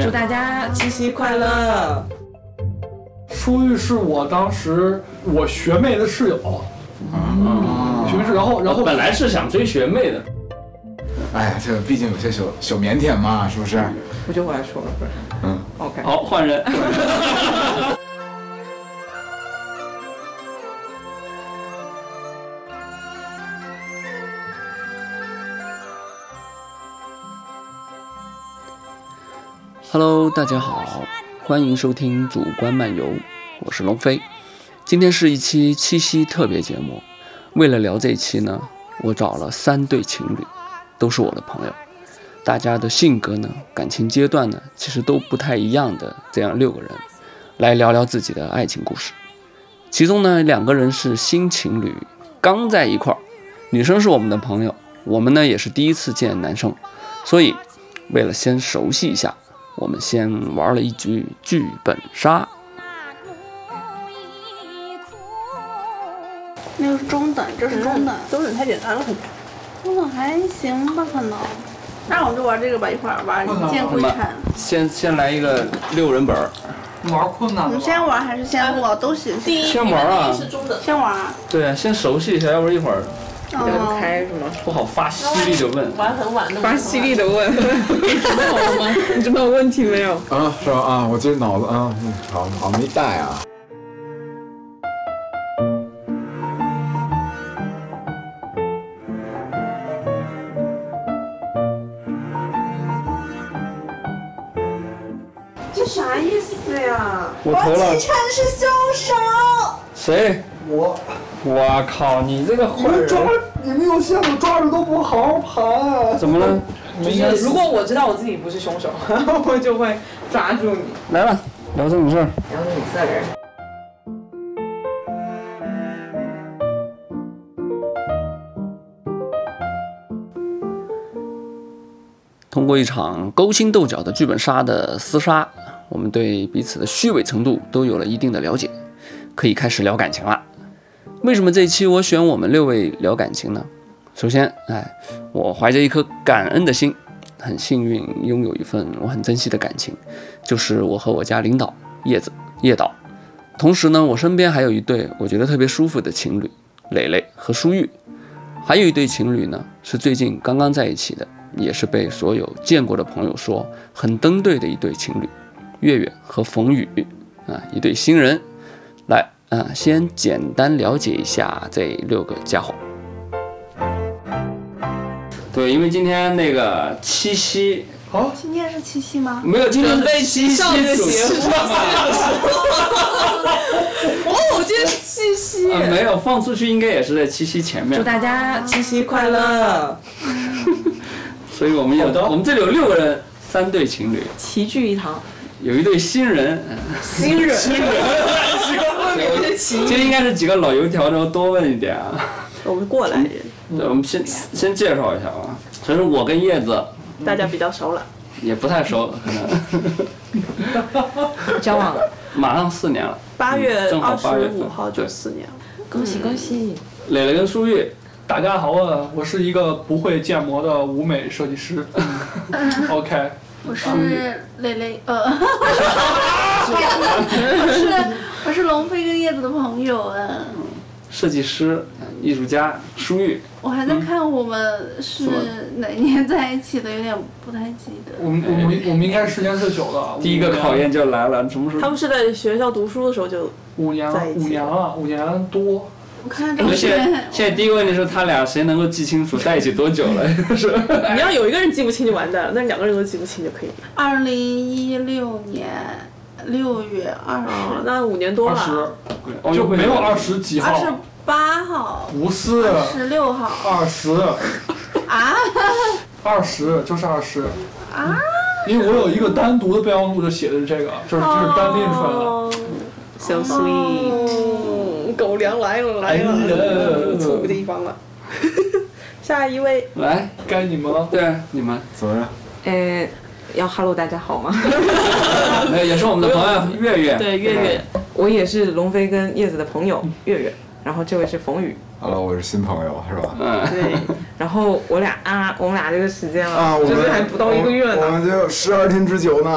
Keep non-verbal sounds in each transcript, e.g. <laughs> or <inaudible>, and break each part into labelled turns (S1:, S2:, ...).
S1: 祝大家七夕快乐！
S2: 初遇是我当时我学妹的室友，嗯，学妹室，然后然后
S3: 啊本来是想追学妹的，
S4: 哎，这毕竟有些小小腼腆嘛，是不是？
S1: 我觉得我来说了，不是？
S4: 嗯
S1: ，OK。
S3: 好换人。
S5: Hello，大家好，欢迎收听《主观漫游》，我是龙飞。今天是一期七夕特别节目，为了聊这一期呢，我找了三对情侣，都是我的朋友，大家的性格呢、感情阶段呢，其实都不太一样的这样六个人，来聊聊自己的爱情故事。其中呢，两个人是新情侣，刚在一块儿，女生是我们的朋友，我们呢也是第一次见男生，所以为了先熟悉一下。我们先玩了一局剧本杀，
S6: 那个是中等，这是中等，
S7: 嗯中等太简单了，
S6: 中等还行吧，可能。那我们就玩这个吧，一会儿玩见鬼产。
S3: 先先来一个六人本儿，
S1: 玩困难
S6: 我们先玩还是先录？都行，
S7: 第一
S3: 先玩啊
S7: 是中等，
S6: 先玩啊。
S3: 对啊，先熟悉一下，要不然一会儿
S6: 嗯，
S1: 开什么？
S3: 不好发犀利的问。
S7: 玩很晚的，
S1: 发犀利的问，你准备好了吗？你准备有问题没有？
S4: 啊，是吧？啊，我这脑子啊，嗯，好好没带啊。
S8: 这啥意思呀？
S3: 我投了
S8: 继承是凶手。
S3: 谁？
S2: 我
S3: 我靠，你这个
S2: 你
S3: 坏
S2: 们抓
S3: 人
S2: 你们有线索抓着都不好好盘，
S3: 怎么了？
S1: 就是如果我知道我自己不是凶手， <laughs> 我就会抓住你。
S3: 来吧，聊正事儿。
S1: 然后你自人。
S5: 通过一场勾心斗角的剧本杀的厮杀，我们对彼此的虚伪程度都有了一定的了解，可以开始聊感情了。为什么这一期我选我们六位聊感情呢？首先，哎，我怀着一颗感恩的心，很幸运拥有一份我很珍惜的感情，就是我和我家领导叶子叶导。同时呢，我身边还有一对我觉得特别舒服的情侣，蕾蕾和舒玉。还有一对情侣呢，是最近刚刚在一起的，也是被所有见过的朋友说很登对的一对情侣，月月和冯宇啊，一对新人。来啊，先简单了解一下这六个家伙。
S3: 对，因为今天那个七夕
S6: 今天是七夕吗？
S3: 没有，今天是七夕
S1: 上就
S3: 主
S1: 行
S3: 题
S1: 哦，今天是七夕。
S3: 啊，没有放出去，应该也是在七夕前面
S1: 祝。大家七夕快乐！
S3: 所以我们有
S2: 好的
S3: 我们这里有六个人，三对情侣，
S1: 齐聚一堂，
S3: 有一对新人，嗯
S1: 新人，新 <laughs> 人，有些奇
S3: 这应该是几个老油条，然后多问一点啊。
S7: 我们过来人，
S3: <laughs> 对，我们先先介绍一下啊。所以说我跟叶子
S7: 大家比较熟了，
S3: 也不太熟，可能
S1: 交往了，
S3: 马上四年了。
S7: 八月
S3: 正好
S7: 二
S3: 八月
S7: 十
S3: 份
S7: 五号就四年了。
S1: 恭喜恭喜！
S3: 磊磊跟舒玉，
S2: 大家好啊，我是一个不会建模的舞美设计师。OK，
S6: 我是蕾蕾，
S3: <laughs>
S6: 呃，我是我是龙飞跟叶子的朋友，嗯，
S3: 设计师、艺术家舒玉，
S6: 我还在看我们
S3: 嗯
S6: 是哪年在一起的，有点不太记得。
S2: 我们我们我们应该时间是久的，
S3: 第一个考验就来了，什么时
S7: 他
S3: 候？
S7: 们是在学校读书的时候
S1: <laughs>
S7: 就
S2: 五年了
S7: 在一起
S2: 五年了，五年多。
S6: 我看这
S3: 而
S6: 个
S3: 且现在第一个问题是他俩谁能够记清楚在一起多久了？ <laughs> 是
S7: 你要有一个人记不清就完蛋了，但两个人都记不清就可以了。
S6: 二零一六年六月二
S7: 哦，
S1: 啊
S6: 十
S7: 那五年多
S2: 二
S7: 了，
S2: 十就没有二十几
S6: 二十
S2: 号，
S6: 八号、
S2: 不是
S6: 十六号
S2: 二十
S6: 啊，
S2: 二十就是二十啊，因为我有一个单独的备忘录，就写的是这个，就是就是单拎出来的。
S7: 哦，
S1: ，so sweet。
S7: 嗯，狗粮来了来
S2: 哎
S7: 了，
S2: 呀
S7: 错误地方了。 <laughs> 下一位，
S3: 来，
S2: 该你们了，
S3: 对你们，
S4: 怎么着？
S1: 呃，要 hello 大家好吗？ <laughs>
S3: 没
S5: 哎
S3: 有也是我们的朋友月月，
S7: 对月月，
S1: 我也是龙飞跟叶子的朋友月月，然后这位是冯宇，
S4: 好了，我是新朋友，是吧？
S3: 嗯，
S7: 对，
S1: 然后我俩啊，我们俩这个时间了，
S4: 啊，我
S1: 就是
S4: 们
S1: 还不到一个月
S4: 我
S1: 呢。
S4: 们就十二天之久呢。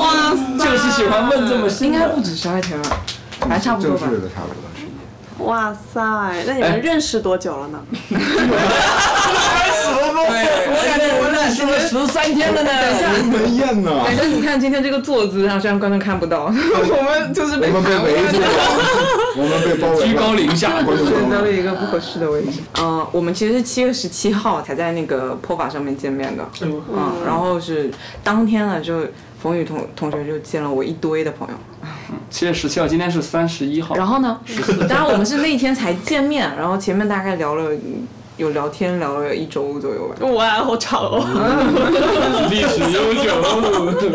S1: 哇，
S5: 就是喜欢问这么
S1: 应
S5: 细
S1: 该不
S5: 的。
S1: 止十二天吧，还差不多
S4: 正
S1: 吧。
S4: 式的差不多是一年。
S7: 嗯哇塞，那你们认识多久了呢？嗯
S1: 我感觉我俩
S5: 说了十三天了呢，
S4: 鸿门宴呢？
S1: 感觉你看今天这个坐姿啊，虽然观众看不到， <laughs> 我们哎就是
S4: 我
S1: 被
S4: 们被围住了，我们被包围了。
S5: 居高临下，
S1: 选择了一个不合适的位置。嗯、我们其实是七月十七号才在那个坡法上面见面的。
S9: 哎呦，
S1: 嗯，然后是当天呢，就冯宇同同学就见了我一堆的朋友。
S5: 七月十七号，今天是三哦十
S2: <laughs>
S5: 一号。
S1: 然后呢， <laughs> 当然我们是那天才见面，然后前面大概聊了有聊天聊了一周左右吧。
S7: 哇，好长哦！
S5: 历史悠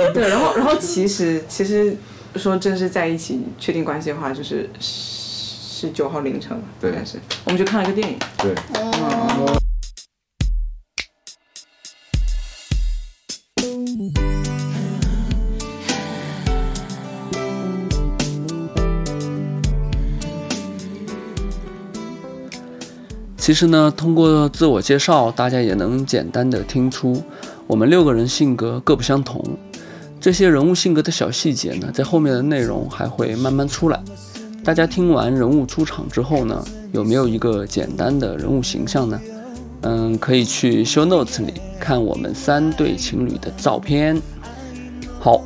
S5: 久，
S1: 对，然后然后其实其实说正式在一起确定关系的话，就是十九号凌晨吧，
S4: 对
S1: 应该是我们去看了个电影。
S4: 对，
S10: 其实呢，通过自我介绍，大家也能简单的听出，我们六个人性格各不相同。这些人物性格的小细节呢，在后面的内容还会慢慢出来。大家听完人物出场之后呢，有没有一个简单的人物形象呢？嗯，可以去 show notes 里看我们三对情侣的照片。好，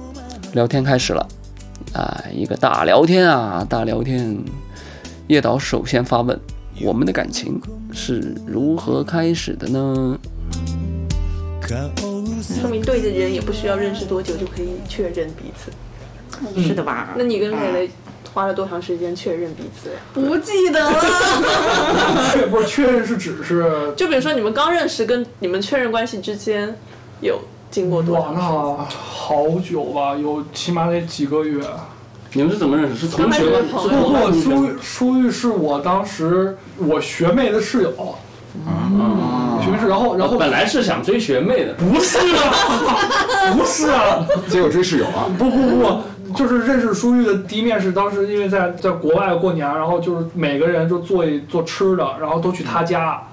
S10: 聊天开始了，啊，一个大聊天啊，大聊天。叶导首先发问：我们的感情 <laughs> 是如何开始的呢？
S7: <laughs> 说明对的人也不需要认识多久就可以确认彼此。
S1: 是的吧？
S7: 那你跟蕾蕾花了多长时间确认彼此？
S6: 不记得了。
S9: 确不是确认是只是
S7: 就比如说你们刚认识跟你们确认关系之间有经过多
S9: 哇，
S7: 长？
S9: 那好久吧，有起码得几个月。
S5: 你们是怎么认识？是同
S7: 刚开
S5: 学
S7: 始
S5: 吗？
S7: 朋
S9: 不
S7: 友
S9: 过我 <laughs> 苏玉苏玉是我当时我学妹的室友，
S4: 啊
S9: 学妹室，然后然后
S5: 嗯本来是想追学妹的，
S9: 不是啊， <laughs> 不是啊，
S4: 结果追室友啊，
S9: 不不不，就是认识舒玉的第一面是当时因为在在国外过年，然后就是每个人就做一做吃的，然后都去他家。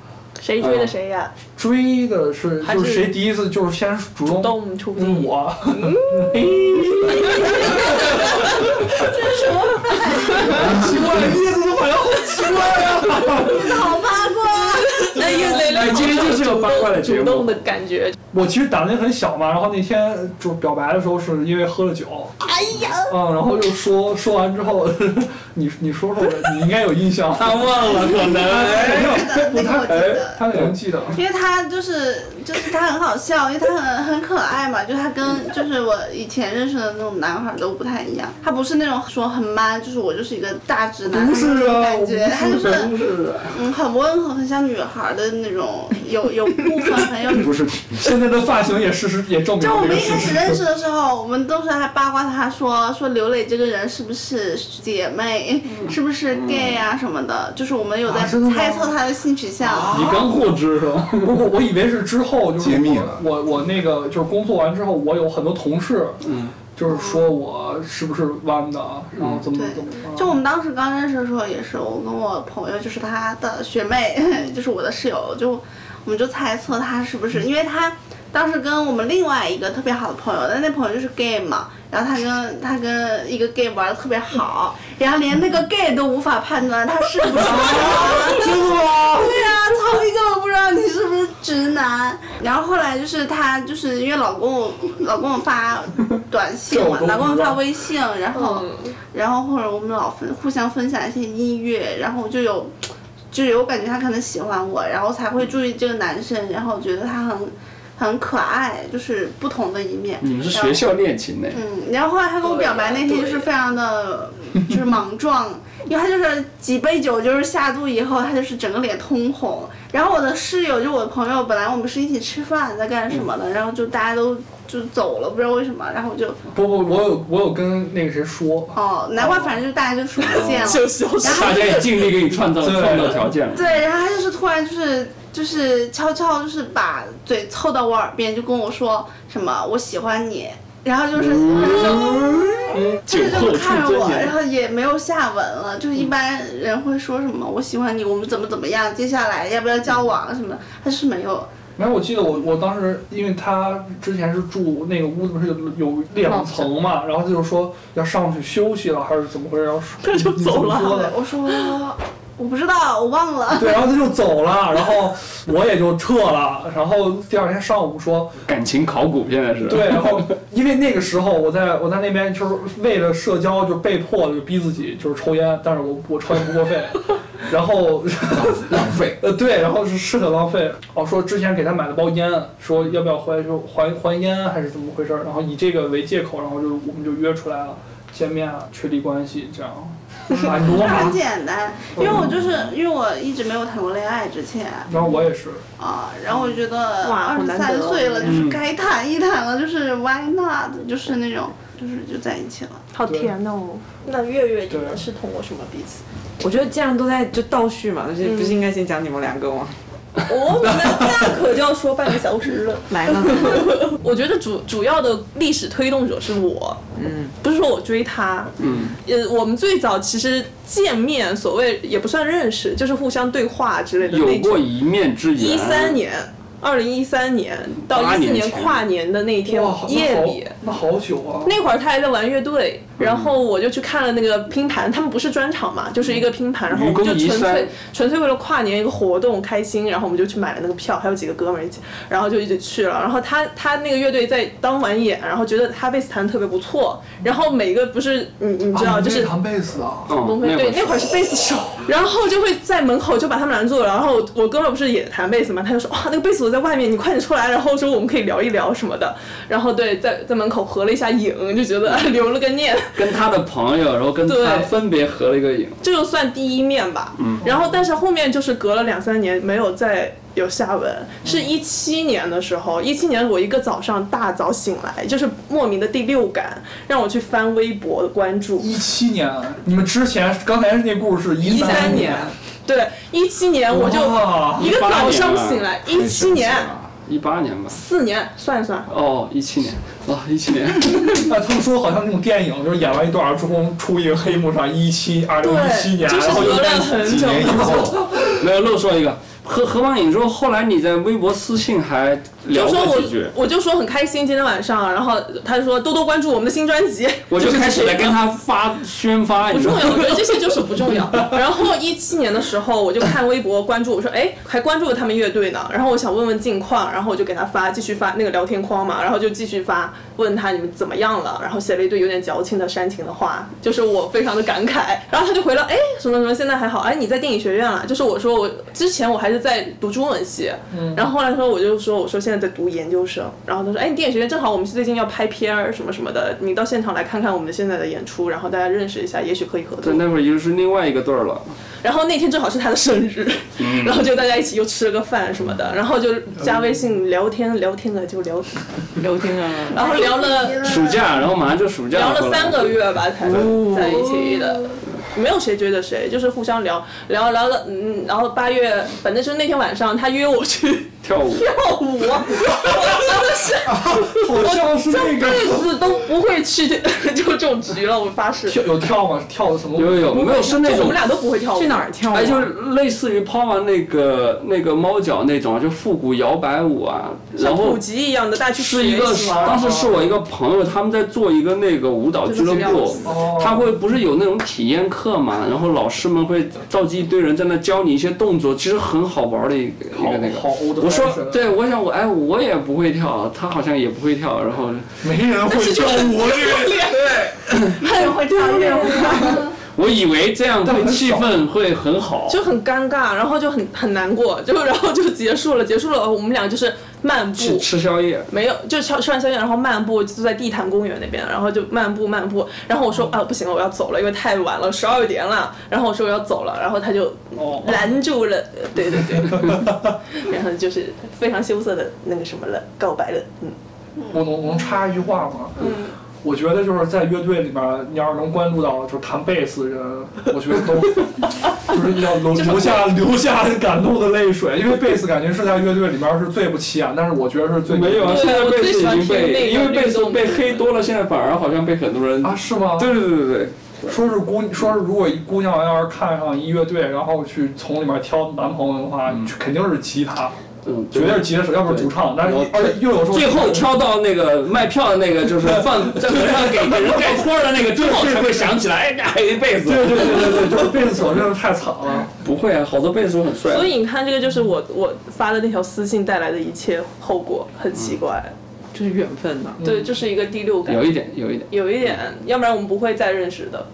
S7: 谁追的谁呀？
S9: 追的是
S7: 还
S9: 就是
S7: 是
S9: 谁第一次就是先主动
S7: 动嗯出
S9: 嗯
S7: 击。
S9: 我， <laughs>
S7: 那因为蕾
S5: 哎
S7: 蕾
S5: 今天就是个八卦的节
S7: 主
S5: 目
S7: 动的感觉，
S9: 我其实胆子也很小嘛，然后那天就是表白的时候是因为喝了酒，哎呀，嗯，然后就说说完之后， <laughs> 你你说说，你应该有印 <laughs> 象，
S5: 他忘了，可能。
S9: 没有，不
S6: 那个
S9: 太
S6: 我记得
S9: 哎，他可能记得，
S6: 因为他就是就是他很好笑，因为他很很可爱嘛，就他跟就是我以前认识的那种男孩都不太一样，他不是那种说很 man，就是我就是一个大直男
S9: 不
S6: 的那
S9: 是
S6: 种
S9: 啊，我
S6: 感
S9: 不是
S6: 觉，他就是
S9: 不是，
S6: 嗯很温和，很像女孩的那种，有有部分很有
S4: 不是
S9: 现在的发型也事实也证明
S6: 就我
S9: 了这
S6: 们
S9: 个
S6: 一
S9: 事
S6: 开始认
S9: <laughs> 实。
S6: 识的时候，我们当时还八卦他说说刘磊这个人是不是姐妹，是不是 gay 啊什么的，就是我们有在
S9: 啊真的吗啊
S6: 猜测他的性取向。
S5: 你刚获知是吧？
S9: 不不，我以为是之后就是
S4: 揭秘了
S9: 我我我那个就是工作完之后，我有很多同事，
S5: 嗯，
S9: 就是说我是不是弯的，啊然后怎么怎么怎么，
S6: 就我们当时刚认识的时候，也是我跟我朋友，就是他的学妹， <laughs> 就是我的室友，就我们就猜测他是不是，因为他当时跟我们另外一个特别好的朋友，但那朋友就是 gay 嘛，然后他跟他跟一个 gay 玩的特别好，然后连那个 gay 都无法判断他是不是 <laughs> 真的吗？对啊，超一根本不知道你是不是直男。然后后来就是他就是因为老公我老公我发短信嘛，
S9: 这我都不知
S6: <laughs>
S9: 道
S6: 老公发微信，嗯然后。然后或者我们老分互相分享一些音乐，然后我就有，就有感觉他可能喜欢我，然后才会注意这个男生，然后觉得他很很可爱，就是不同的一面。
S5: 你们是学校恋情呢？
S6: 嗯，然后后来他跟我表白那天就是非常的，就是莽撞，因为他就是几杯酒就是下肚以后，他就是整个脸通红。然后我的室友就我的朋友，本来我们是一起吃饭在干什么的，然后就大家都就走了，不知道为什么，然后我就
S9: 不不，我有我有跟那个谁说，
S6: 哦，难怪反正就大家就说不
S5: <laughs>
S6: 见了。
S7: 就是
S5: 大家也尽力给你创造
S9: 对
S5: 创造条件了。
S6: 对，然后他就是突然就是就是悄悄就是把嘴凑到我耳边，就跟我说什么我喜欢你，然后就是很生，
S5: 酒
S6: 就是这
S5: 后
S6: 么
S5: 吐
S6: 看着
S5: 真
S6: 我，然
S5: 言，
S6: 后也没有下文了。就是一般人会说什么我喜欢你，我们怎么怎么样，接下来要不要交往什么的，他是没有。
S9: 没有，我记得我我当时，因为他之前是住那个屋子，不是有有两层嘛，然后就是说要上去休息了，还是怎么回事？然后他就
S7: 走了
S9: 说
S6: 对
S9: 的，
S6: 我说我不知道，我忘了。
S9: 对，然后他就走了，然后我也就撤了。然后第二天上午说，
S5: 感情考古现
S9: <laughs>
S5: 在是。
S9: 对，然后因为那个时候我在我在那边就是为了社交，就被迫的就逼自己就是抽烟，但是我我抽烟不过肺，然后
S4: 浪费。
S9: 呃对，然后是是很浪费。哦，说之前给他买了包烟，说要不要回来说还还烟还是怎么回事儿，然后以这个为借口，然后就我们就约出来了，见面了，确立关系
S7: <laughs>
S9: 这样。啊，你多
S6: 就很
S9: 吗？
S6: 简单，因为我就是因为我一直没有谈过恋爱之前
S9: 然后我也是，
S6: 啊，然后我觉得
S7: 哇
S6: 二
S7: 好
S6: 十
S7: 难
S6: 三
S7: 得哦
S6: 岁了，就是
S5: 嗯
S6: 该谈一谈了，就是 why not，就是那种就是就在一起了。
S7: 好
S9: 对
S7: 甜哦！
S8: 那月月你
S9: 对
S8: 们是通过什么彼此？
S1: 我觉得这样都在就倒叙嘛，就是不是应该先讲你们两个吗？
S8: 哦，那那可就要说半个小时了。
S1: 来呢，
S7: 我觉得主主要的历史推动者是我，
S1: 嗯，
S7: 不是说我追他，
S5: 嗯，
S7: 呃，我们最早其实见面，所谓也不算认识，就是互相对话之类的
S5: 嗯有
S7: 那
S5: 过
S7: 种。
S5: 一面之缘。
S7: 一三，年，二零一三年到
S5: 八
S7: 一四
S5: 年
S7: 年
S5: 前
S7: 跨年的那一天
S9: 哇，好
S7: 夜
S9: 那好
S7: 里，
S9: 那好久啊。
S7: 那会儿他还在玩乐队，
S5: 嗯
S7: 然后我就去看了那个拼盘，他们不是专场嘛，就是一个拼盘，然后我
S5: 愚公
S7: 们就
S5: 移
S7: 纯
S5: 山
S7: 粹纯粹为了跨年一个活动开心，然后我们就去买了那个票，还有几个哥们儿一起，然后就一起去了。然后他他那个乐队在当晚演，然后觉得他贝斯弹得特别不错，然后每个不是你你知道、
S5: 哦
S9: 啊
S7: 就
S9: 你
S7: 是
S9: 弹贝斯啊，
S5: 嗯，
S7: 对，
S5: 会
S7: 那会儿是贝斯手，然后就会在门口就把他们拦住了。然后我哥们儿不是也弹贝斯嘛，他就说啊哇，那个贝斯手在外面，你快点出来。然后说我们可以聊一聊什么的。 <laughs> 然后对，在在门口合了一下影，就觉得留了个念，
S5: 跟他的朋友，然后跟他
S7: 对
S5: 分别合了一个影。
S7: 这就算第一面吧。
S5: 嗯。
S7: 然后但是后面就是隔了两三年没有再有下文，是一七年的时候，一七年我一个早上大早醒来，就是莫名的第六感让我去翻微博的关注，
S9: 一七年，你们之前刚才那故事一
S7: 13年对，一七年我就。
S9: 哇
S7: 一个早上醒来，一七年，
S5: 一八年吧，
S7: 四年，算一算，
S5: 哦，一七年，哦，一七年，
S9: 哎，他们说好像那种电影，就是演完一段儿之后出一个黑幕上一七二零一七年，
S7: 就是
S9: 然后
S7: 隔
S9: 就
S7: 了很久，
S5: 没有漏说一个。合合完影之后，后来你在微博私信还聊
S7: 就说
S5: 过几句
S7: 我，我就说很开心今天晚上，然后他就说多多关注我们的新专辑，
S5: 我就是开始
S7: 这
S5: 来
S7: 个
S5: 跟他发宣发，
S7: 不
S5: 你知
S7: 重
S5: 道
S7: 要，我
S5: 吗？
S7: 觉得这些就是不重要。然后一七年的时候，我就看微博关注，我说哎，还关注了他们乐队呢。然后我想问问近况，然后我就给他发，继续发那个聊天框嘛，然后就继续发，问他你们怎么样了，然后写了一堆有点矫情的煽情的话，就是我非常的感慨。然后他就回了哎什么什么，现在还好，哎你在电影学院了，就是我说我之前我还是在读中文系，然后后来说我就说我说现在在读研究生，然后他说哎你电影学院正好我们最近要拍片儿什么什么的，你到现场来看看我们现在的演出，然后大家认识一下，也许可以合作
S5: 对，。那会儿已经是另外一个队儿了。
S7: 然后那天正好是他的生日，然后就大家一起又吃了个饭什么的，然后就加微信聊天聊天了就聊，
S1: <laughs> 聊天啊，
S7: 然后聊
S5: <laughs>
S7: 了
S5: 暑假，然后马上就暑假
S7: 嗯聊了
S5: 后来
S7: 三个月吧才在一起的，没有谁追着谁，就是互相聊聊聊了，嗯，然后八月反正就是那天晚上他约我去 <laughs>
S5: 跳舞，
S7: 跳舞，啊 <laughs> 我真的是
S9: 好像是那个
S7: 辈子都不会去 <laughs> 就这种局了，我发誓，
S9: 跳
S7: 就
S9: 有跳吗？跳的什么舞？
S5: 有有有，没有是那
S7: 我
S5: 种
S7: 们，俩都不会跳舞，
S1: <laughs> 去哪儿跳啊？
S7: 哦
S5: 哎，就是类似于抛完那个那个猫脚那种，就复古摇摆舞啊，然
S7: 像
S5: 后
S7: 普。及一样的，大家去
S5: 是一个
S7: 学习，嘛
S5: 当时是我一个朋友，他们在做一个那个舞蹈俱乐
S7: 就是这样
S5: 部
S7: 子，
S9: 哦
S5: 他会不是有那种体验课嘛，然后老师们会召集一堆人在那教你一些动作，其实很好玩的一个一
S9: 好
S5: 个那个
S9: 好。old
S5: 我说
S9: fashion，
S5: 对，我想我哎，我也不会跳，他好像也不会跳，然后
S9: 没人会跳舞这个。
S6: 很会跳跃舞，
S5: <laughs> 我以为这样
S9: 但
S5: 会
S9: 很
S5: 气
S9: 爽
S5: 氛会很好，
S7: 就很尴尬，然后就很很难过，就然后就结束了，结束了，我们俩就是漫
S5: 吃
S7: 步，
S5: 吃宵夜，
S7: 没有就吃吃完宵夜，然后漫步就在地坛公园那边，然后就漫步漫步，然后我说啊不行了，我要走了，因为太晚了，十二点了，然后我说我要走了，然后他就
S9: 哦
S7: 拦住了，呃对对对， <laughs> 然后就是非常羞涩的那个什么了，告白了，嗯，
S9: 我能我能插一句话吗？嗯，我觉得就是在乐队里面，你要是能关注到就是弹贝斯的人，我觉得
S5: <laughs>
S9: 都就是要流流下流下感动的泪水，因为贝斯感觉是在乐队里面是最不起眼，但是我觉得是最
S5: 没有啊，
S7: 对
S5: 现在
S7: 我
S5: 贝
S7: 最
S5: 斯
S7: 喜
S5: 已
S7: 欢
S5: 经被
S7: 听
S5: 因
S7: 那个
S5: 为贝斯
S7: 律动
S5: 被黑多了，现在反而好像被很多人
S9: 啊，是吗？
S5: 对对对对对。
S9: 说是姑，说是如果一姑娘要是看上一乐队，然后去从里面挑男朋友的话，肯定是吉他，
S5: 嗯，
S9: 绝对是吉他手，要不是主唱。但是
S5: 我
S9: 而且又有时候
S5: 最后挑到那个卖票的那个，就是
S7: <laughs>
S5: 放在门上给给人盖戳的那个，最后才会想起来，哎呀，还有一辈子。
S9: 对对对对对，就是贝斯手真的太惨了。
S5: 不会啊，好多贝斯手很帅啊。
S7: 所以你看，这个就是我我发的那条私信带来的一切后果，很奇怪。
S1: 就是缘分呐、
S7: 对，就是一个第六感
S5: 有，一点，有一点。
S7: 有一点，要不然我们不会再认识的，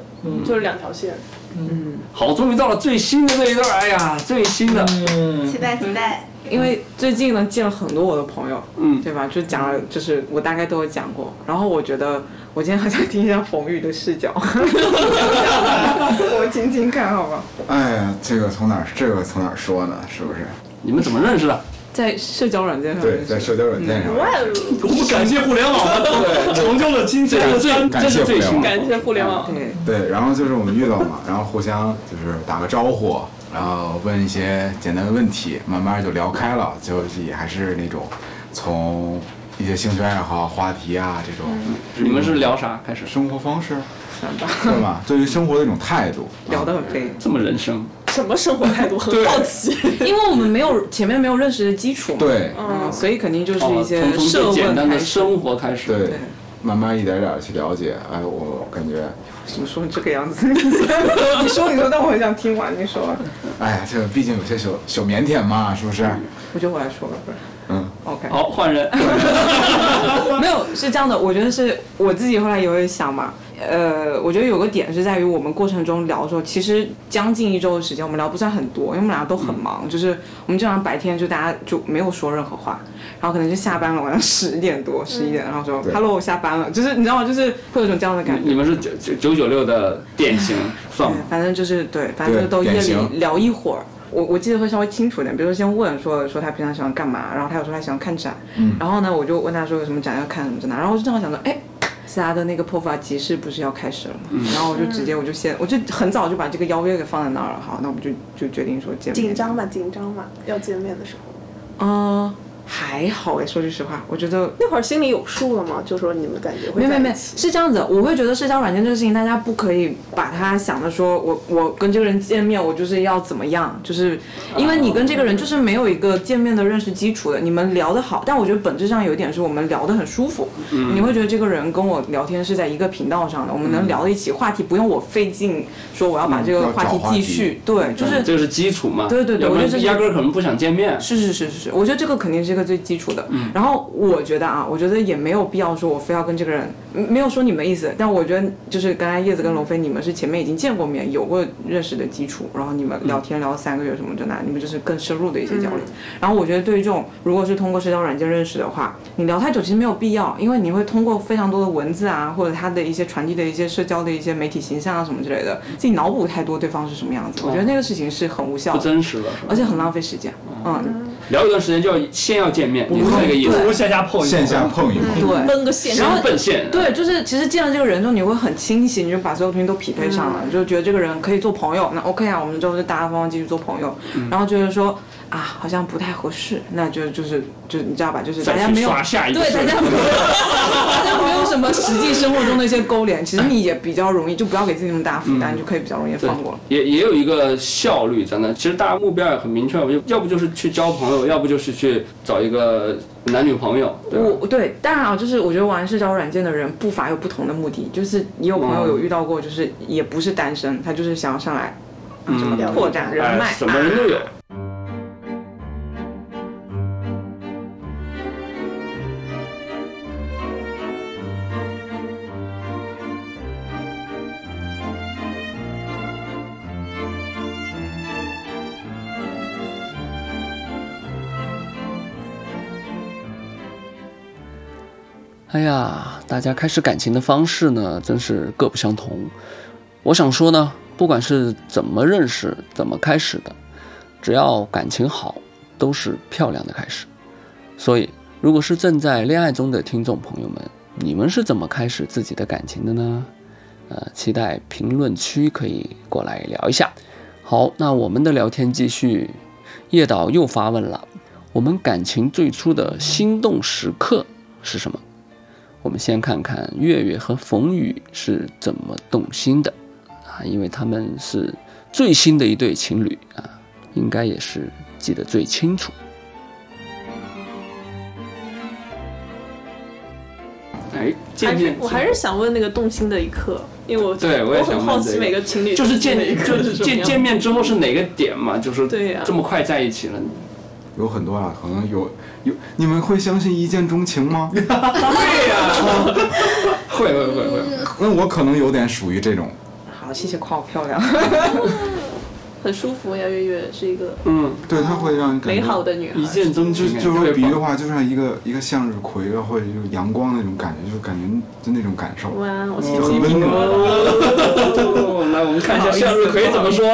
S7: 就是两条线。
S1: 嗯
S5: 好，终于到了最新的这一段，哎呀，最新的，
S9: 嗯
S6: 期，待期待，
S1: 因为最近呢见了很多我的朋友，
S5: 嗯
S1: 对吧？就讲了，就是我大概都有讲过。然后我觉得我今天很想听一下冯宇的视角， <laughs> 我听听看好吗？
S4: 哎呀，这个从哪儿这个从哪儿说呢？是不是？
S5: 你们怎么认识的？
S1: 在社交软件上
S4: 对，
S1: 面，
S4: 在社交软件上，
S5: 我们感谢互联网吧，对，成就了今天的最，
S4: 感
S5: 这
S4: 谢
S5: 是最
S4: 互
S5: 新
S4: 联
S5: 的。
S7: <laughs> 感谢互联网，
S1: 对
S4: 对，然后就是我们遇到嘛，然后互相就是打个招呼，然后问一些简单的问题，慢慢就聊开了，就是也还是那种从一些兴趣爱好、话题啊这种
S5: 你们是聊啥开始？
S4: 生活方式，对吧？对于生活的一种态度，
S1: 聊得很飞。
S5: 这么人生？
S7: 什么生活态度很好奇。
S1: <laughs> 因为我们没有前面没有认识的基础嘛，
S4: 对
S1: 嗯，所以肯定就是一
S5: 哦，
S1: 些
S5: 从从
S1: 社
S5: 最简单
S1: 问
S5: 的
S1: 开始。
S5: 生活开始。
S4: 对，慢慢一点点地去了解，哎，我感觉，
S1: 怎么说这个样子？ <laughs> 你说你说，但我很想听完你说。
S4: 哎呀，这毕竟有些小小腼腆嘛，是不是？
S1: 我觉得我来说吧，不是
S4: 嗯，
S1: OK。
S5: 好，换人。
S1: 没有，是这样的，我觉得是我自己后来也会想嘛，呃，我觉得有个点是在于我们过程中聊的时候，其实将近一周的时间，我们聊不算很多，因为我们俩都很忙，就是我们经常白天就大家就没有说任何话，然后可能就下班了，晚上十点多、十一点，然后说
S4: 对
S1: “hello，我下班了”，就是你知道吗？就是会有一种这样的感觉。
S5: 你们是九九九九六的典
S1: <laughs>
S5: 型，算
S1: 对
S5: 吗？，
S1: 反正就是对，反正就是都
S4: 对
S1: 夜
S4: 典
S1: 里
S4: 型
S1: 聊一会儿。我我记得会稍微清楚一点，比如说先问说说他平常喜欢干嘛，然后他有说他喜欢看展，
S4: 嗯
S1: 然后呢我就问他说有什么展要看什么展览，然后我就正好想说，
S4: <laughs>
S1: 哎，斯拉的那个破法集市不是要开始了吗？
S4: 嗯
S1: 然后我就直接我就先我就很早就把这个邀约给放在那儿了，好，那我们就就决定说见面。
S7: 紧张嘛，紧张嘛，要见面的时候，
S1: 嗯、还好哎，说句实话，我觉得
S7: 那会儿心里有数了吗？就说你们感觉会
S1: 没有没有没
S7: 在
S1: 有
S7: 一，起
S1: 是这样子，我会觉得社交软件这个事情，大家不可以把它想的说我我跟这个人见面，我就是要怎么样，就是因为你跟这个人就是没有一个见面的认识基础的，你们聊得好，但我觉得本质上有一点是我们聊得很舒服，
S4: 嗯
S1: 你会觉得这个人跟我聊天是在一个频道上的，我们能聊到一起，话题不用我费劲说我要把
S4: 嗯
S1: 这个
S4: 要
S1: 话
S4: 找
S1: 题
S4: 话
S1: 继
S4: 题
S1: 续，对，
S5: 嗯
S1: 就是
S5: 这个是基础嘛。
S1: 对对对
S5: 要不
S1: 我觉得这
S5: 然
S1: 是
S5: 压根儿可能不想见面。
S1: 是是是是是，我觉得这个肯定是一个最基础的。
S5: 嗯
S1: 然后我觉得啊，我觉得也没有必要说我非要跟这个人，嗯没有说你们意思，但我觉得就是刚才叶子跟龙飞，你们是前面已经见过面，有过认识的基础，然后你们聊天聊三个月什么的那，你们就是更深入的一些交流。
S5: 嗯
S1: 然后我觉得对于这种如果是通过社交软件认识的话，你聊太久其实没有必要，因为你会通过非常多的文字啊，或者他的一些传递的一些社交的一些媒体形象啊什么之类
S5: 嗯
S1: 的，自己脑补太多对方是什么样子，我觉得那个事情是很无效
S5: 不
S1: 的，
S5: 真实了，是吧
S1: 而且很浪费时间。嗯，
S5: 聊一段时间就要先要见面，你是这个意
S9: 不如
S5: 思？
S9: 线下碰一碰。
S4: 线下碰一碰，
S1: 对，
S7: 闷个线，
S1: 然后
S5: 先奔现，
S1: 对，就是其实见了这个人之后，你会很清晰，你就把所有东西都匹配上了，
S5: 嗯
S1: 就觉得这个人可以做朋友，那 OK 啊，我们之后就大大方方继续做朋友。
S5: 嗯
S1: 然后觉得说啊，好像不太合适，那就就是就你知道吧，就是大
S5: 再
S1: 家
S5: 去
S1: 没有
S5: 刷下一个
S1: 对
S5: 事儿。
S1: 大家没
S7: <laughs>
S1: 有大家没有什么 <laughs> 实际生活中的一些勾连，其实你也比较容易，就不要给自己那么大负担，就可以比较容易
S5: 嗯对
S1: 放过了。
S5: <laughs> 也也有一个效率在那。其实大家目标也很明确，要要不就是去交朋友，要不就是去找一个男女朋友，对吧？
S1: 我对，当然啊，就是我觉得玩社交软件的人不乏有不同的目的，就是也有
S5: 嗯
S1: 朋友有遇到过，就是也不是单身，他就是想要上来，啊什么
S5: 嗯
S1: 拓展人脉
S5: 哎，，什么人都有。
S10: 哎呀，大家开始感情的方式呢，真是各不相同。我想说呢，不管是怎么认识、怎么开始的，只要感情好，都是漂亮的开始。所以，如果是正在恋爱中的听众朋友们，你们是怎么开始自己的感情的呢？呃，期待评论区可以过来聊一下。好，那我们的聊天继续。叶导又发问了：我们感情最初的心动时刻是什么？我们先看看月月和冯宇是怎么动心的啊，因为他们是最新的一对情侣啊，应该也是记得最清楚。
S5: 哎，渐
S7: 还是
S5: 渐
S7: 我还是想问那个动心的一刻，因为我
S5: 对我也想
S7: 很
S5: 问
S7: 好
S5: 这
S7: 奇
S5: 个
S7: 每个情侣
S5: 就是
S7: <laughs>
S5: 见
S7: 每一
S5: 就
S7: 刻
S5: 是
S7: 是
S5: 见见面之后是哪个点嘛？就是
S7: 对呀
S5: 这么快在一起了，
S4: 有很多啊，可能有有，你们会相信一见钟情吗？
S5: <laughs> 会会会会。
S4: 那我可能有点属于这种，
S1: 好，谢谢夸我漂亮。
S7: 很舒服呀。月月是一个
S5: 嗯，
S4: 对，它会让你感
S7: 美
S4: 觉嗯
S7: 好的女孩，
S5: 一见钟
S4: 就
S5: 情，
S4: 就
S5: 特别
S4: 是比喻的
S5: 棒
S4: 话，就像一个一个向日葵啊，或者就是阳光那种感觉，就是感觉就那种感受，
S7: 哇，我起
S4: 就
S7: 鸡
S4: 很
S7: 皮
S4: 温
S7: 疙瘩
S4: 暖。
S5: 哦来，我们看一下向日葵怎么说。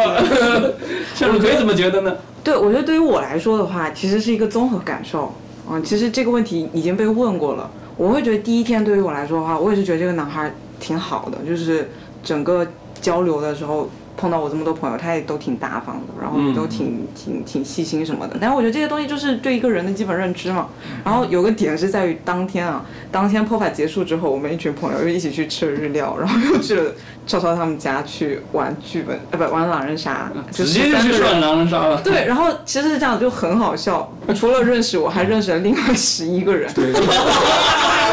S5: <laughs> 向日葵怎么觉得呢？
S1: 对，我觉得对于我来说的话，其实是一个综合感受。嗯，其实这个问题已经被问过了。我会觉得第一天对于我来说的话，我也是觉得这个男孩挺好的，就是整个交流的时候碰到我这么多朋友，他也都挺大方的，然后也
S5: 嗯
S1: 都挺、挺挺细心什么的。但是我觉得这些东西就是对一个人的基本认知嘛。然后有个点是在于当天啊，当天 POPA 结束之后，我们一群朋友又一起去吃了日料，然后又去了超超他们家去玩剧本，呃，不玩狼人杀，
S5: 直
S1: 就
S5: 接就
S1: 13
S5: 去
S1: 个人
S5: 涮狼人杀了。 <laughs>
S1: 对，然后其实是这样，就很好笑。除了认识我，还认识了另外十一
S4: <laughs>
S1: 个人。
S4: 对，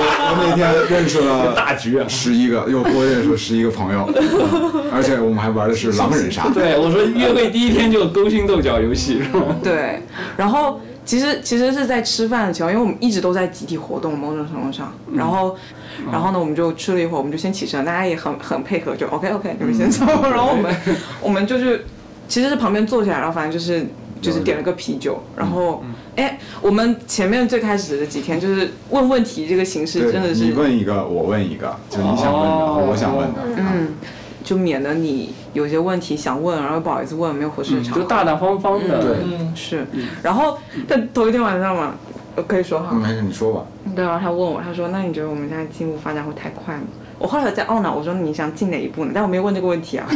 S4: 我那天认识了
S5: 大局啊！
S4: 十一个，又多认识了十一个朋友，嗯而且我们还玩的是狼人杀。
S5: 对，我说约会第一天就勾心斗角游戏是吧？
S1: 对，然后其实其实是在吃饭的时候，因为我们一直都在集体活动，某种程度上。
S4: 嗯
S1: 然后，然后呢，我们就吃了一会儿，我们就先起身，大家也很 <laughs> 很配合，就 OK OK，你们
S4: 嗯
S1: 先走。 <laughs> 然后我们我们就是其实是旁边坐下来，然后反正就是。就是点了个啤酒，
S4: 嗯
S1: 然后，哎，我们前面最开始的几天就是问问题这个形式，真的
S4: 对，
S1: 是
S4: 你问一个，我问一个，就你想问的和我想问的，嗯，
S1: 就免得你有些问题想问，然后又不好意思问，没有合适的场合。
S5: 就大大方方的。
S9: 嗯，
S1: 是，然后但头一天晚上嘛，呃可以说哈，
S4: 没事，你说吧。
S1: 对，啊然后他问我，他说：“那你觉得我们现在进步发展会太快吗？”我后来有在懊恼，我说：“你想进哪一步呢？”但我没问这个问 <laughs> 题啊，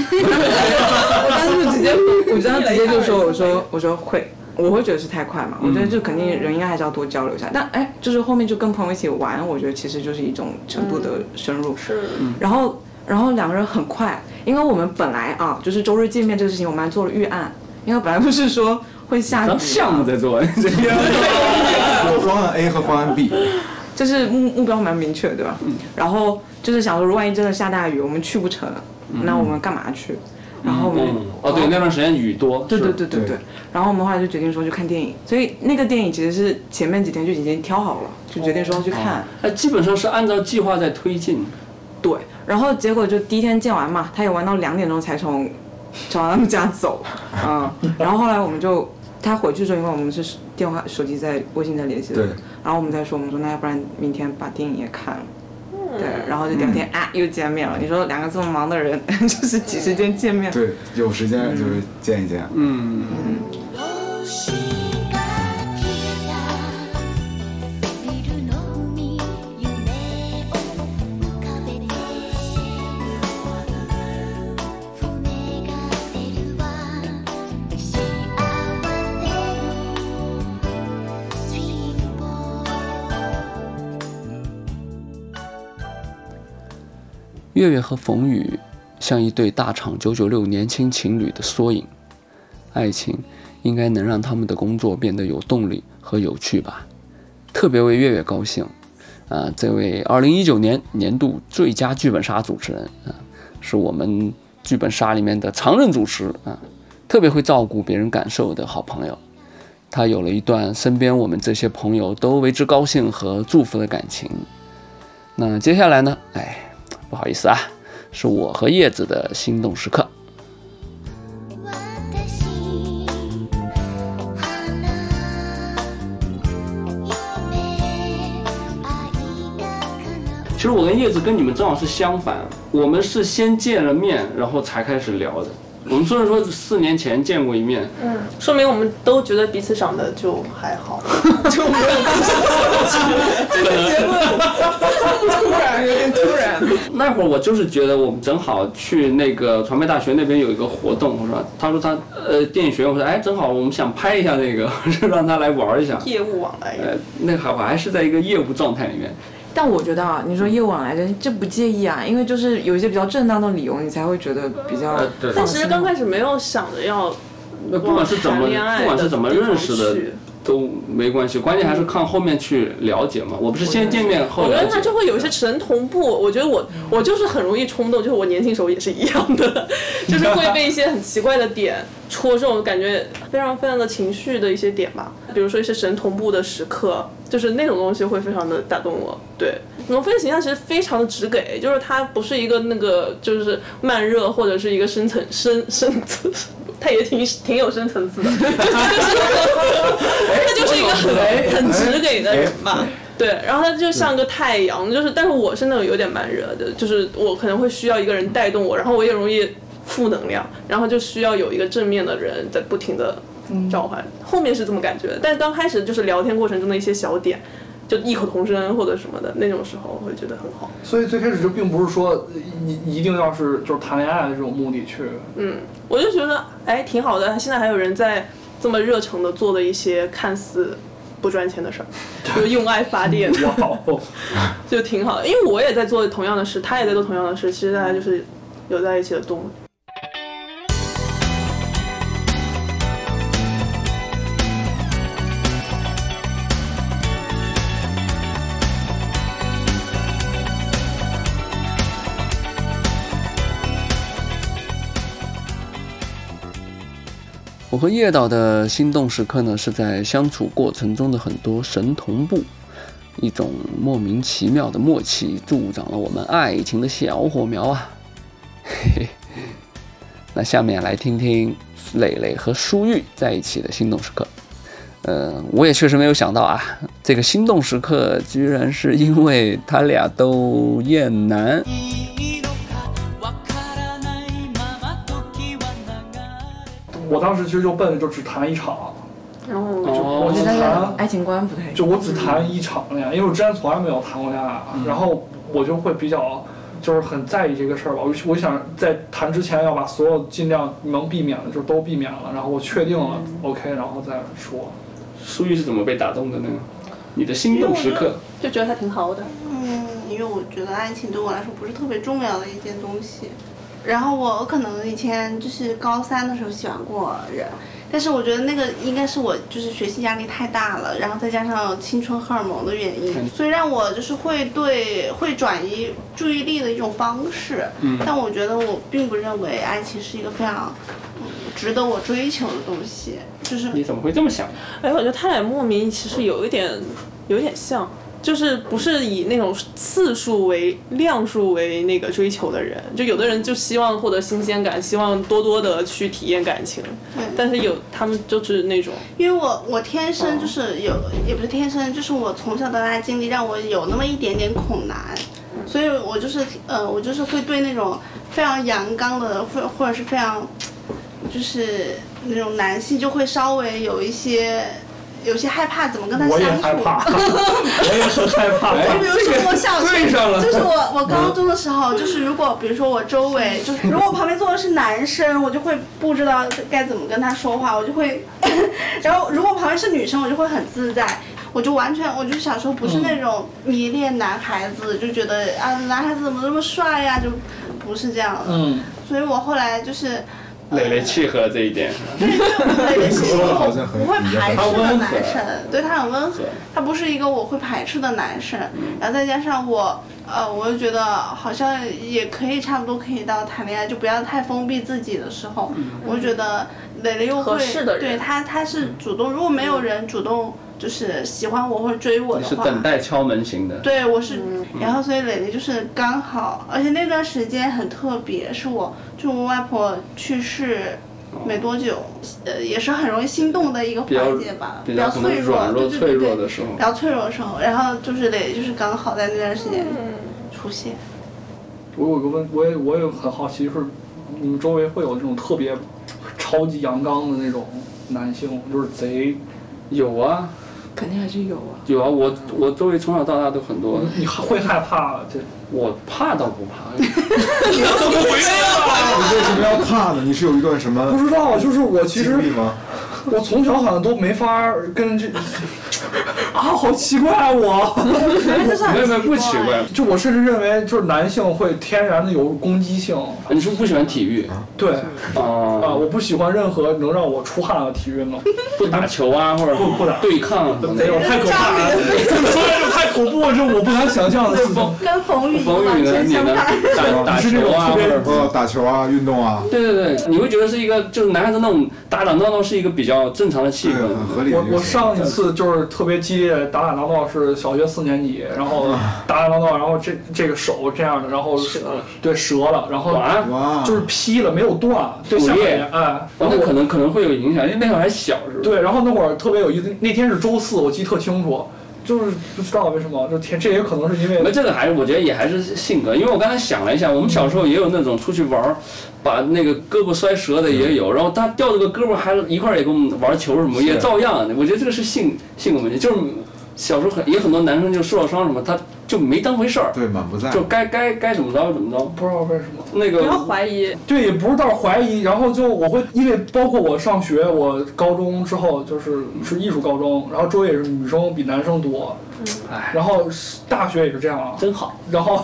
S1: 我当时就直接，我当时直接就说：“我说，我说会，嗯我会觉得是太快嘛。我觉得就肯定人应该还是要多交流一下。但哎，就是后面就跟朋友一起玩，我觉得其实就是一种程度的深入。是，
S7: 嗯
S1: 然后然后两个人很快，因为我们本来啊，就是周日见面这个事情，我们还做了预案，因为本来不是说会下雨
S5: 然后
S1: 啊
S5: 项目在做， <laughs> 这个
S4: 有方案 A 和方案 B，
S1: 就是目目标蛮明确，对
S5: 嗯
S1: 吧？然后就是想说，如果万一真的下大雨，我们去不成，那我们干嘛去？然后我们
S5: 嗯哦，对，那段时间雨多。
S1: 对对
S5: 是
S1: 对对
S4: 对
S1: 对。然后我们后来就决定说去看电影，所以那个电影其实是前面几天就已经挑好了，就决定说要
S5: 哦
S1: 去看。
S5: 它基本上是按照计划在推进。
S1: 对，然后结果就第一天见完嘛，他也玩到两点钟才从从他们家走，嗯，然后后来我们就他回去之后，因为我们是电话手机在微信在联系的，
S4: 对
S1: 然后我们再说，我们说那要不然明天把电影也看了。对，然后就第二天、啊又见面了。你说两个这么忙的人， <laughs> 就是挤时间见面，
S4: 对，有时间就是见一见。
S5: 嗯，
S11: 「星が来た」「ビルの海夢を浮かべて」「船が出るわ幸せのスイー
S10: 月月和冯宇像一对大厂九九六年轻情侣的缩影，爱情应该能让他们的工作变得有动力和有趣吧。特别为月月高兴，啊，这位二零一九年年度最佳剧本杀主持人啊，是我们剧本杀里面的常任主持啊，特别会照顾别人感受的好朋友。他有了一段身边我们这些朋友都为之高兴和祝福的感情。那接下来呢？哎，不好意思啊，是我和叶子的心动时刻。
S11: 「私花夢愛が叶う」
S5: 其实我跟叶子跟你们正好是相反，我们是先见了面，然后才开始聊的。我们虽然说四年前见过一面，
S7: 说明我们都觉得彼此长得就还好，就没有
S1: 结论突然有点突然，
S5: 那会儿我就是觉得我们正好去那个传媒大学那边有一个活动，我说他说他呃电影学院，我说哎正好我们想拍一下那个， <laughs> 就让他来玩一下。
S7: 业务往来。
S5: 呃，那还我还是在一个业务状态里面，
S1: <laughs> 但我觉得啊，你说业务往来人这不介意啊，因为就是有一些比较正当的理由，你才会觉得比较
S5: 呃对
S1: 放
S7: 但
S1: 心
S7: 其实刚开始没有想着要
S5: 那不管是怎么
S7: 往谈恋爱的
S5: 不管是怎么认识
S7: 地方
S5: 的
S7: 去
S5: 都没关系，关键还是看后面去了解嘛。我不是先见面后
S7: 我
S5: 了
S7: 跟他
S5: 解嗯
S7: 就。会有一些神同步。我觉得我我就是很容易冲动，就是我年轻时候也是一样
S5: <laughs>
S7: 的，就是会被一些很奇怪的点戳中，感觉非常非常的情绪的一些点吧。比如说一些神同步的时刻，就是那种东西会非常的打动我。对，龙飞的形象其实非常的直给，就是他不是一个那个就是慢热或者是一个深层深深 <laughs> 层。他也挺挺有深层次的，就是他就是一个
S5: <laughs>
S7: 很很直给的人
S5: 哎
S7: 吧。对，然后他就像个太阳，就是，但是我是那种有点慢热的，就是我可能会需要一个人带动我，然后我也容易负能量，然后就需要有一个正面的人在不停的召唤。后面是这么感觉的，但刚开始就是聊天过程中的一些小点，就异口同声或者什么的那种时候，会觉得很好。
S9: 所以最开始就并不是说呃一一定要是就是谈恋爱的这种目的去，
S7: 我就觉得哎挺好的，现在还有人在这么热诚的做的一些看似不赚钱的事儿，就用爱发电。
S9: 哇哦，
S7: 就挺好的，因为我也在做同样的事，他也在做同样的事，其实大家就是有在一起的动力。
S10: 我和叶导的心动时刻呢，是在相处过程中的很多神同步，一种莫名其妙的默契，助长了我们爱情的小火苗啊！ <laughs> 嘿嘿，那下面来听听磊磊和舒玉在一起的心动时刻。呃，我也确实没有想到啊，这个心动时刻居然是因为他俩都厌男。
S9: 我当时其实就奔着就只谈一场，
S7: 然后
S9: 就
S5: 哦
S9: 我
S1: 我
S9: 只
S1: 觉得
S9: 谈
S1: 爱情观不太一
S9: 就
S1: 样。
S9: 我只谈一场恋爱，因为我之前从来没有谈过恋爱，然后我就会比较就是很在意这个事儿吧。我就我想在谈之前要把所有尽量能避免的就都避免了，然后我确定了、OK，然后再说。
S5: 苏玉是怎么被打动的呢？你的心动时刻，
S7: 就觉得他挺好的。
S6: 嗯，因为我觉得爱情对我来说不是特别重要的一件东西。然后我可能以前就是高三的时候喜欢过人，但是我觉得那个应该是我就是学习压力太大了，然后再加上青春荷尔蒙的原因，所以让我就是会对会转移注意力的一种方式。但我觉得我并不认为爱情是一个非常嗯值得我追求的东西，就是
S5: 你怎么会这么想？
S7: 哎，我觉得他俩莫名其实有一点，有一点像，就是不是以那种次数为量数为那个追求的人，就有的人就希望获得新鲜感，希望多多的去体验感情，但是有他们就是那种
S6: 因为我我天生
S9: 哦
S6: 就是有，也不是天生，就是我从小到大经历让我有那么一点点恐男，所以我就是呃，我就是会对那种非常阳刚的，或或者是非常，就是那种男性就会稍微有一些，有些害怕怎么跟他
S9: 我也
S6: 相
S9: 害
S6: 处。 <laughs>
S9: 怕，我也很害怕。
S6: 就比如说我小
S9: 对
S6: 学，
S9: 上了
S6: 就是我我高中的时候，就是如果比如说我周围，就是如果旁边坐的是男生，我就会不知道该怎么跟他说话，我就会， <laughs> 然后如果旁边是女生，我就会很自在。我就完全，我就小时候不是那种迷恋男孩子，就觉得啊，男孩子怎么那么帅呀、就不是这样的。
S9: 嗯，
S6: 所以我后来就是，
S5: 磊磊契合这一点，
S6: <laughs> 对，其实我不会排斥的男
S5: 他
S6: 生，对他很温和，他不是一个我会排斥的男生。然后再加上我，呃，我又觉得好像也可以差不多可以到谈恋爱，就不要太封闭自己的时
S5: 嗯
S6: 候，我就觉得磊磊又
S7: 合
S6: 会
S7: 适的人
S6: 对他，他是主动，如果没有人主动就是喜欢我或者追我
S5: 你
S6: 的
S5: 是
S6: 话，
S5: 等待敲门型的。
S6: 对，我是，然后所以磊磊就是刚好，而且那段时间很特别，是我就我外婆去世没多久，呃，也是很容易心动的一个
S5: 比较
S6: 环节吧，
S5: 比
S6: 比
S5: 较
S6: 较
S5: 可能
S6: 脆弱，
S5: 软弱
S6: 对
S5: 脆
S6: 对对
S5: 弱
S6: 对，
S5: 的时候
S6: 比，较脆弱的时候，然后就是磊磊就是刚好在那段时间出现，
S9: 我有个问，我也我也很好奇，就是你们周围会有这种特别超级阳刚的那种男性，就是贼
S5: 有啊
S1: 肯定还是有啊。
S5: 有啊，我我周围从小到大都很多，
S9: 你会害怕这？
S5: 我怕倒不怕，
S4: 你为什么要怕呢？你是有一段什
S9: 不
S4: 么
S9: 知道，就是我其实
S4: 经历吗？
S9: 我从小好像都没法儿跟这 <laughs> 啊，好奇怪啊我。
S5: 没有没有不奇怪。
S9: 就我甚至认为，就是男性会天然的有攻击性。
S5: 你是不是不喜欢体育啊？
S9: 对啊，我不喜欢任何能让我出汗的体育运动，
S5: 不打球啊，或者
S9: 不不打
S5: 对抗啊，
S9: 没有太可怕了， <laughs> 说来就太恐怖了，这我不敢想象的事情。
S6: 跟冯宇
S5: 冯
S6: 完
S5: 宇呢，
S6: 全
S5: 你
S6: 相
S5: 呢
S6: 反。， <laughs>
S5: 打打
S4: 是那
S5: 球
S4: 种
S5: 啊，
S4: 特
S5: 或
S4: 别
S5: 者
S4: 呃打球啊，运动啊，
S5: 对对对，你会觉得是一个就是男孩子那种打打闹闹是一个比较正常的气
S4: 对，
S5: 氛。
S4: 很合理的
S9: 我
S4: 一个
S9: 我
S4: 事情。
S9: 上一次就是特别激烈打打闹闹是小学四年级，然后
S5: 啊
S9: 打打闹闹，然后这这个手这样的，然后
S1: 了
S9: 对折了，然后
S5: 哇，
S4: 哇，
S9: 就是劈了没有断，对
S5: 骨
S9: 下半
S5: 裂
S9: 年哎，然后
S5: 哦那
S9: 我
S5: 可能可能会有影响，因为那会儿还小，是吧？
S9: 对，然后那会儿特别有意思，那天是周四，我记得特清楚，就是不知道为什么，就天，这也可能是因
S5: 那
S9: 为
S5: 这个还是我觉得也还是性格，因为我刚才想了一下，我们小时候也有那种出去玩儿，把那个胳膊摔折的也
S4: 嗯
S5: 有，然后他掉这个胳膊还一块儿也跟我们玩球什么，也照样。我觉得这个是性性格问题，就是小时候很也很多男生就受了伤什么，他就没当回事儿，
S4: 对满不在
S5: 就该该该怎么着怎么着。
S9: 不知道为什么，
S5: 那
S7: 不要
S5: 个
S7: 怀疑，
S9: 对，也不是到怀疑，然后就我会因为包括我上学，我高中之后就是是艺术高中，然后周围也是女生比男生多，
S5: 哎
S9: 然后是大学也是这样啊，
S5: 真好， <laughs>
S9: 然后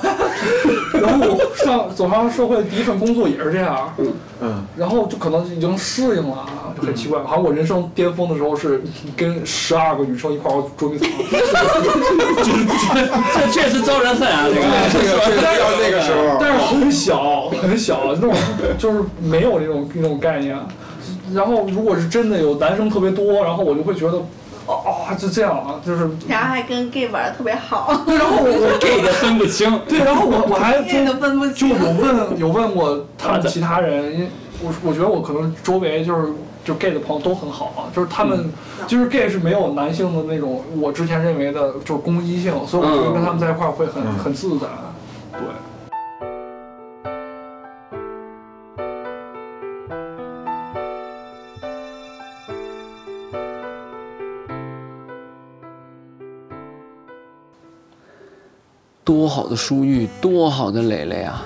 S9: 然后我上走上社会第一份工作也是这样，
S4: 嗯，
S9: 然后就可能已经适应了啊，就很奇
S5: 嗯
S9: 怪。好像我人生巅峰的时候是跟十二个女生一块儿捉迷藏，
S5: <laughs> 这确实招人恨啊！这
S4: 哎这
S5: 个
S4: 个这个到那个时
S5: <laughs>
S4: 候，
S9: 但是很小 <laughs> 很小，那种就是没有那种那种概念。然后如果是真的有男生特别多，然后我就会觉得，啊啊，就这样啊，就是
S6: 然后还跟 gay 玩的特别好，
S9: 对。然后我
S5: gay 的分不清，
S9: 对，然后我我 <laughs> 还就
S6: gay 都分不
S9: 就
S6: 清。
S9: 有问有问过他们其他人，因为我我觉得我可能周围就是就 gay 的朋友都很好啊，就是他们、就是 gay 是没有男性的那种我之前认为的就是攻击性，所以我觉得跟他们在一块儿会很、
S4: 嗯
S9: 很自在。啊对，
S10: 多好的舒玉，多好的蕾蕾啊！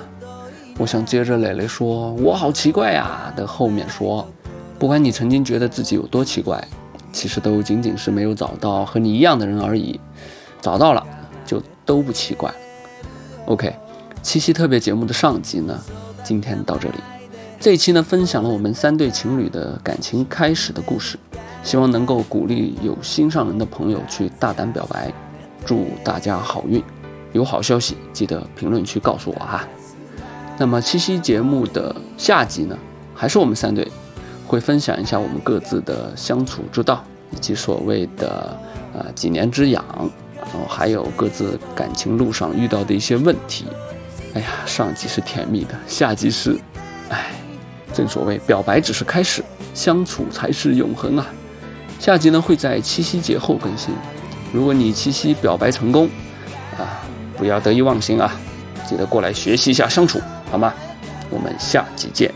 S10: 我想接着蕾蕾说“我好奇怪呀”的后面说，不管你曾经觉得自己有多奇怪，其实都仅仅是没有找到和你一样的人而已。找到了，就都不奇怪。OK，七夕特别节目的上集呢，今天到这里。这一期呢，分享了我们三对情侣的感情开始的故事，希望能够鼓励有心上人的朋友去大胆表白，祝大家好运。有好消息记得评论区告诉我哈。那么七夕节目的下集呢，还是我们三队会分享一下我们各自的相处之道，以及所谓的呃几年之痒，然后还有各自感情路上遇到的一些问题。哎呀，上集是甜蜜的，下集是，哎，正所谓表白只是开始，相处才是永恒啊。下集呢会在七夕节后更新。如果你七夕表白成功，啊，不要得意忘形啊，记得过来学习一下相处，好吗？我们下期见，